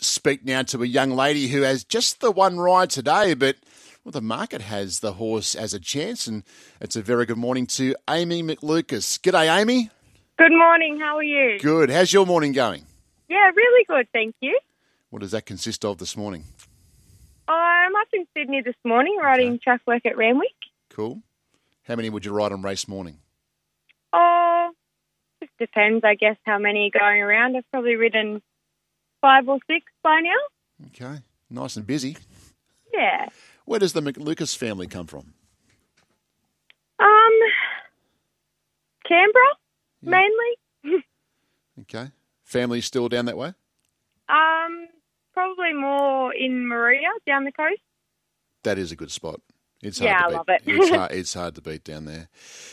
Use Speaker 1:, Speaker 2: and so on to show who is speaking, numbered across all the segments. Speaker 1: speak now to a young lady who has just the one ride today, but well, the market has the horse as a chance, and it's a very good morning to Amy McLucas. G'day, Amy.
Speaker 2: Good morning. How are you?
Speaker 1: Good. How's your morning going?
Speaker 2: Yeah, really good. Thank you.
Speaker 1: What does that consist of this morning?
Speaker 2: I'm up in Sydney this morning riding track work at Ramwick.
Speaker 1: Cool. How many would you ride on race morning?
Speaker 2: Oh, just depends, I guess, how many are going around. I've probably ridden five or six by now.
Speaker 1: Okay, nice and busy.
Speaker 2: Yeah.
Speaker 1: Where does the McLucas family come from?
Speaker 2: Um, Canberra mainly.
Speaker 1: Okay, family still down that way?
Speaker 2: um, probably more in Maria down the coast.
Speaker 1: That is a good spot. It's
Speaker 2: Yeah,
Speaker 1: hard to
Speaker 2: I
Speaker 1: beat.
Speaker 2: love it.
Speaker 1: it's, hard, it's hard to beat down there.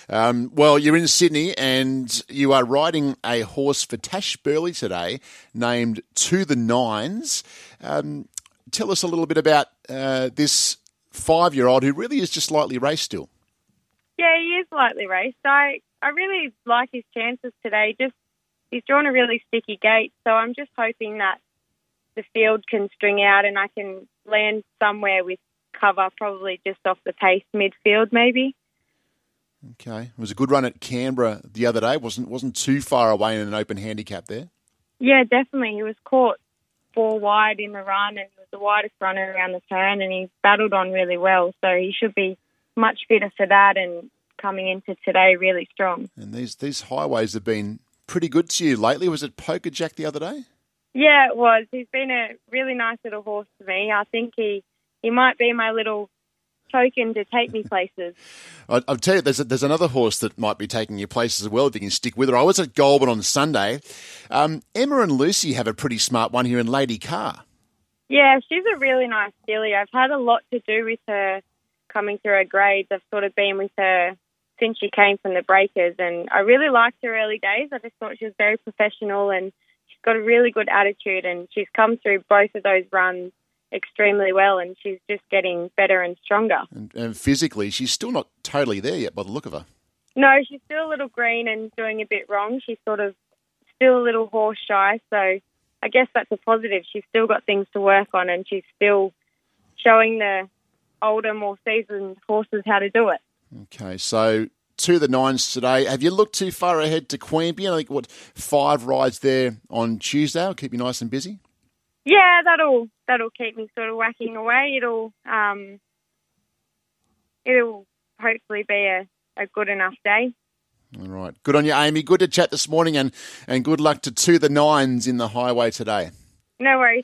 Speaker 1: Um, well, you're in Sydney and you are riding a horse for Tash Burley today named To the Nines. Um, tell us a little bit about uh, this five year old who really is just lightly raced still.
Speaker 2: Yeah, he is lightly raced. I I really like his chances today. Just he's drawn a really sticky gate, so I'm just hoping that the field can string out and I can land somewhere with cover, probably just off the pace midfield, maybe.
Speaker 1: Okay. It was a good run at Canberra the other day. wasn't wasn't too far away in an open handicap there.
Speaker 2: Yeah, definitely. He was caught four wide in the run, and he was the widest runner around the turn, and he battled on really well. So he should be much fitter for that, and coming into today really strong.
Speaker 1: And these these highways have been pretty good to you lately. Was it Poker Jack the other day?
Speaker 2: Yeah, it was. He's been a really nice little horse to me. I think he he might be my little token to take me places.
Speaker 1: I- I'll tell you, there's a, there's another horse that might be taking your place as well if you can stick with her. I was at Goulburn on Sunday. Um, Emma and Lucy have a pretty smart one here in Lady Carr.
Speaker 2: Yeah, she's a really nice filly. I've had a lot to do with her coming through her grades. I've sort of been with her since she came from the Breakers, and I really liked her early days. I just thought she was very professional, and she's got a really good attitude, and she's come through both of those runs extremely well, and she's just getting better and stronger.
Speaker 1: And, and physically, she's still not totally there yet by the look of her.
Speaker 2: No, she's still a little green and doing a bit wrong. She's sort of still a little horse shy, so I guess that's a positive. She's still got things to work on, and she's still showing the older, more seasoned horses how to do it.
Speaker 1: Okay, so to the nines today. Have you looked too far ahead to Queanbeyan? I think, what, five rides there on Tuesday? It'll keep you nice and busy.
Speaker 2: Yeah, that'll that'll keep me sort of whacking away. It'll um, it'll hopefully be a, a good enough day.
Speaker 1: All right. Good on you, Amy. Good to chat this morning and, and good luck to To the Nines in the highway today.
Speaker 2: No worries.